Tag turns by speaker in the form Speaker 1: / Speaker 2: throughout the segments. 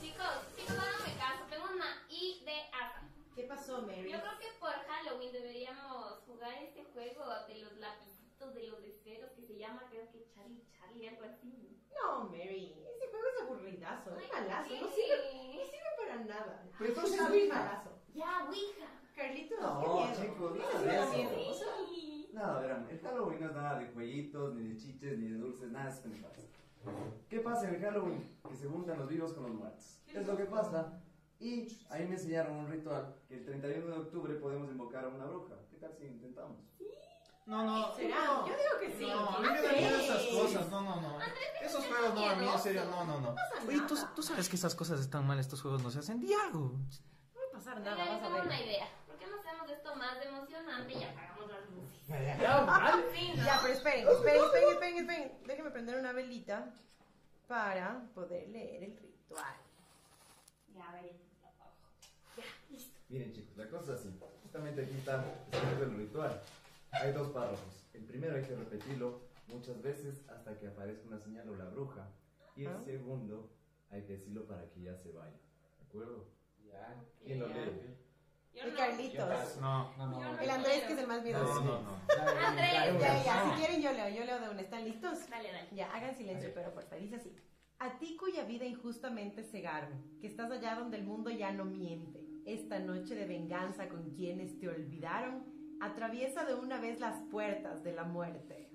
Speaker 1: Chicos, tengo ganas de caso, tengo una I de asa.
Speaker 2: ¿Qué pasó, Mary?
Speaker 1: Yo creo que por Halloween deberíamos jugar este juego de los lapicitos, de los deseos, que se llama creo que Charlie Charlie, algo así.
Speaker 2: No, Mary. Ese juego es aburridazo. Es
Speaker 1: Ay,
Speaker 2: malazo. No
Speaker 1: sí.
Speaker 2: sirve, no sirve para nada.
Speaker 3: Pero
Speaker 2: Es
Speaker 3: entonces,
Speaker 2: muy
Speaker 3: hija.
Speaker 2: malazo.
Speaker 1: Ya, Ouija.
Speaker 2: Carlitos,
Speaker 3: No,
Speaker 2: qué miedo.
Speaker 3: chicos,
Speaker 2: Eso
Speaker 3: nada de
Speaker 2: es
Speaker 3: eso.
Speaker 2: miedoso.
Speaker 1: Sí.
Speaker 3: No, verán, el Halloween no es nada de jueguitos, ni de chiches, ni de dulces, nada de pendejadas. ¿Qué pasa en el Halloween? Que se juntan los vivos con los muertos. Es lo que pasa. Y ahí me enseñaron un ritual que el 31 de octubre podemos invocar a una bruja. ¿Qué tal si intentamos?
Speaker 4: No, no.
Speaker 2: ¿Será?
Speaker 4: No.
Speaker 2: Yo digo que sí.
Speaker 4: No, a mí me dan miedo esas cosas. No, no, no. Esos juegos no, a mí en serio, no, no, no. Oye, ¿tú, tú sabes que esas cosas están mal, estos juegos no se hacen. Diago.
Speaker 2: No va a pasar
Speaker 1: Oigan,
Speaker 2: nada,
Speaker 1: yo
Speaker 2: vas a
Speaker 1: tengo una
Speaker 2: ver.
Speaker 1: idea. ¿Por qué no hacemos esto más de emocionante y apagamos las luces?
Speaker 2: Ya,
Speaker 1: Sí, ¿no?
Speaker 2: pero esperen, esperen, esperen, esperen, esperen. Déjenme prender una velita para poder leer el ritual.
Speaker 1: Ya, a ver, lo apago. Ya, listo.
Speaker 3: Miren chicos, la cosa es así. Justamente aquí está escrito el ritual. Hay dos párrafos. El primero hay que repetirlo muchas veces hasta que aparezca una señal o la bruja. Y el segundo hay que decirlo para que ya se vaya. ¿De acuerdo? Ya. ¿Quién lo lee?
Speaker 1: Yo
Speaker 2: Y
Speaker 1: no-
Speaker 2: Carlitos.
Speaker 4: No, no, no.
Speaker 1: yo no
Speaker 2: El Andrés,
Speaker 1: quiero.
Speaker 2: que es el más
Speaker 4: No,
Speaker 2: miedoso.
Speaker 4: no, no.
Speaker 1: Andrés,
Speaker 2: Ya, ya, si quieren yo leo, yo leo de una. ¿Están listos?
Speaker 1: Dale, dale.
Speaker 2: Ya, hagan silencio, pero por favor, dice así. A ti cuya vida injustamente cegaron, que estás allá donde el mundo ya no miente, esta noche de venganza con quienes te olvidaron, atraviesa de una vez las puertas de la muerte.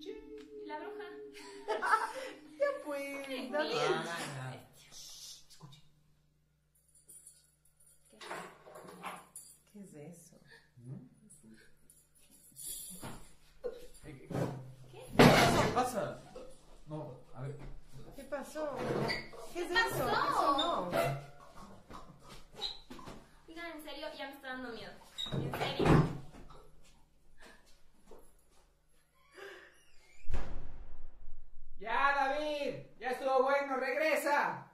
Speaker 1: ¿Y la bruja?
Speaker 2: Pues, ¿qué es eso?
Speaker 4: ¿Qué pasa? No, a ver.
Speaker 2: ¿Qué pasó? ¿Qué es eso? Eso no.
Speaker 1: Oigan, en serio, ya me está dando miedo. En serio.
Speaker 5: Ya, David, ya estuvo bueno, regresa.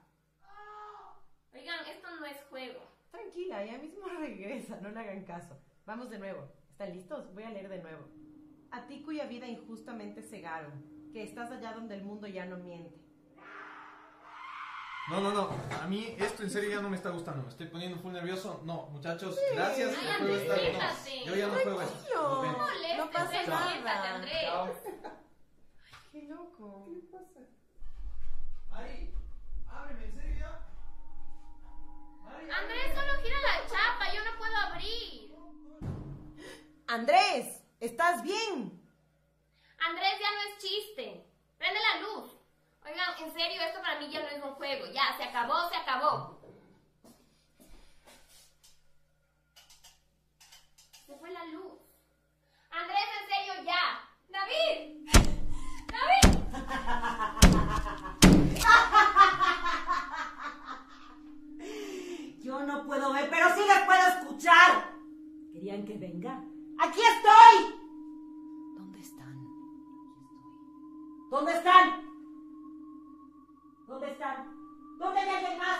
Speaker 1: Oigan, esto no es juego.
Speaker 2: Tranquila, ya mismo regresa, no le hagan caso. Vamos de nuevo. ¿Están listos? Voy a leer de nuevo. A ti cuya vida injustamente cegaron, que estás allá donde el mundo ya no miente.
Speaker 4: No, no, no. A mí esto en serio ya no me está gustando. Me estoy poniendo full nervioso. No, muchachos, gracias.
Speaker 1: Ay,
Speaker 4: el juego
Speaker 1: Andrés,
Speaker 4: está- no,
Speaker 1: fíjate.
Speaker 4: Yo ya no juego eso. Nos
Speaker 2: Tranquilo.
Speaker 4: vemos.
Speaker 1: No
Speaker 2: pasa
Speaker 1: pasa
Speaker 2: nada.
Speaker 1: nada. Andrés.
Speaker 2: ¡Qué loco!
Speaker 4: Mari, ábreme, en serio ya. Mari,
Speaker 1: Andrés, solo gira la chapa, yo no puedo abrir.
Speaker 2: Andrés, ¿estás bien?
Speaker 1: Andrés, ya no es chiste. Prende la luz. Oigan, en serio, esto para mí ya no es un juego. Ya, se acabó, se acabó. Se fue la luz. Andrés, en serio, ya. David. David.
Speaker 6: Yo no puedo ver, pero sí les puedo escuchar. ¿Querían que venga? ¡Aquí estoy!
Speaker 7: ¿Dónde están?
Speaker 6: ¿Dónde están? ¿Dónde están? ¿Dónde hay alguien más?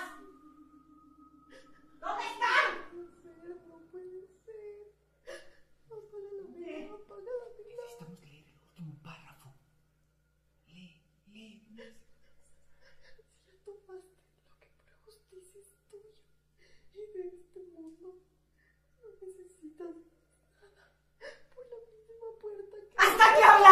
Speaker 6: ¿Dónde están? ¡Hasta que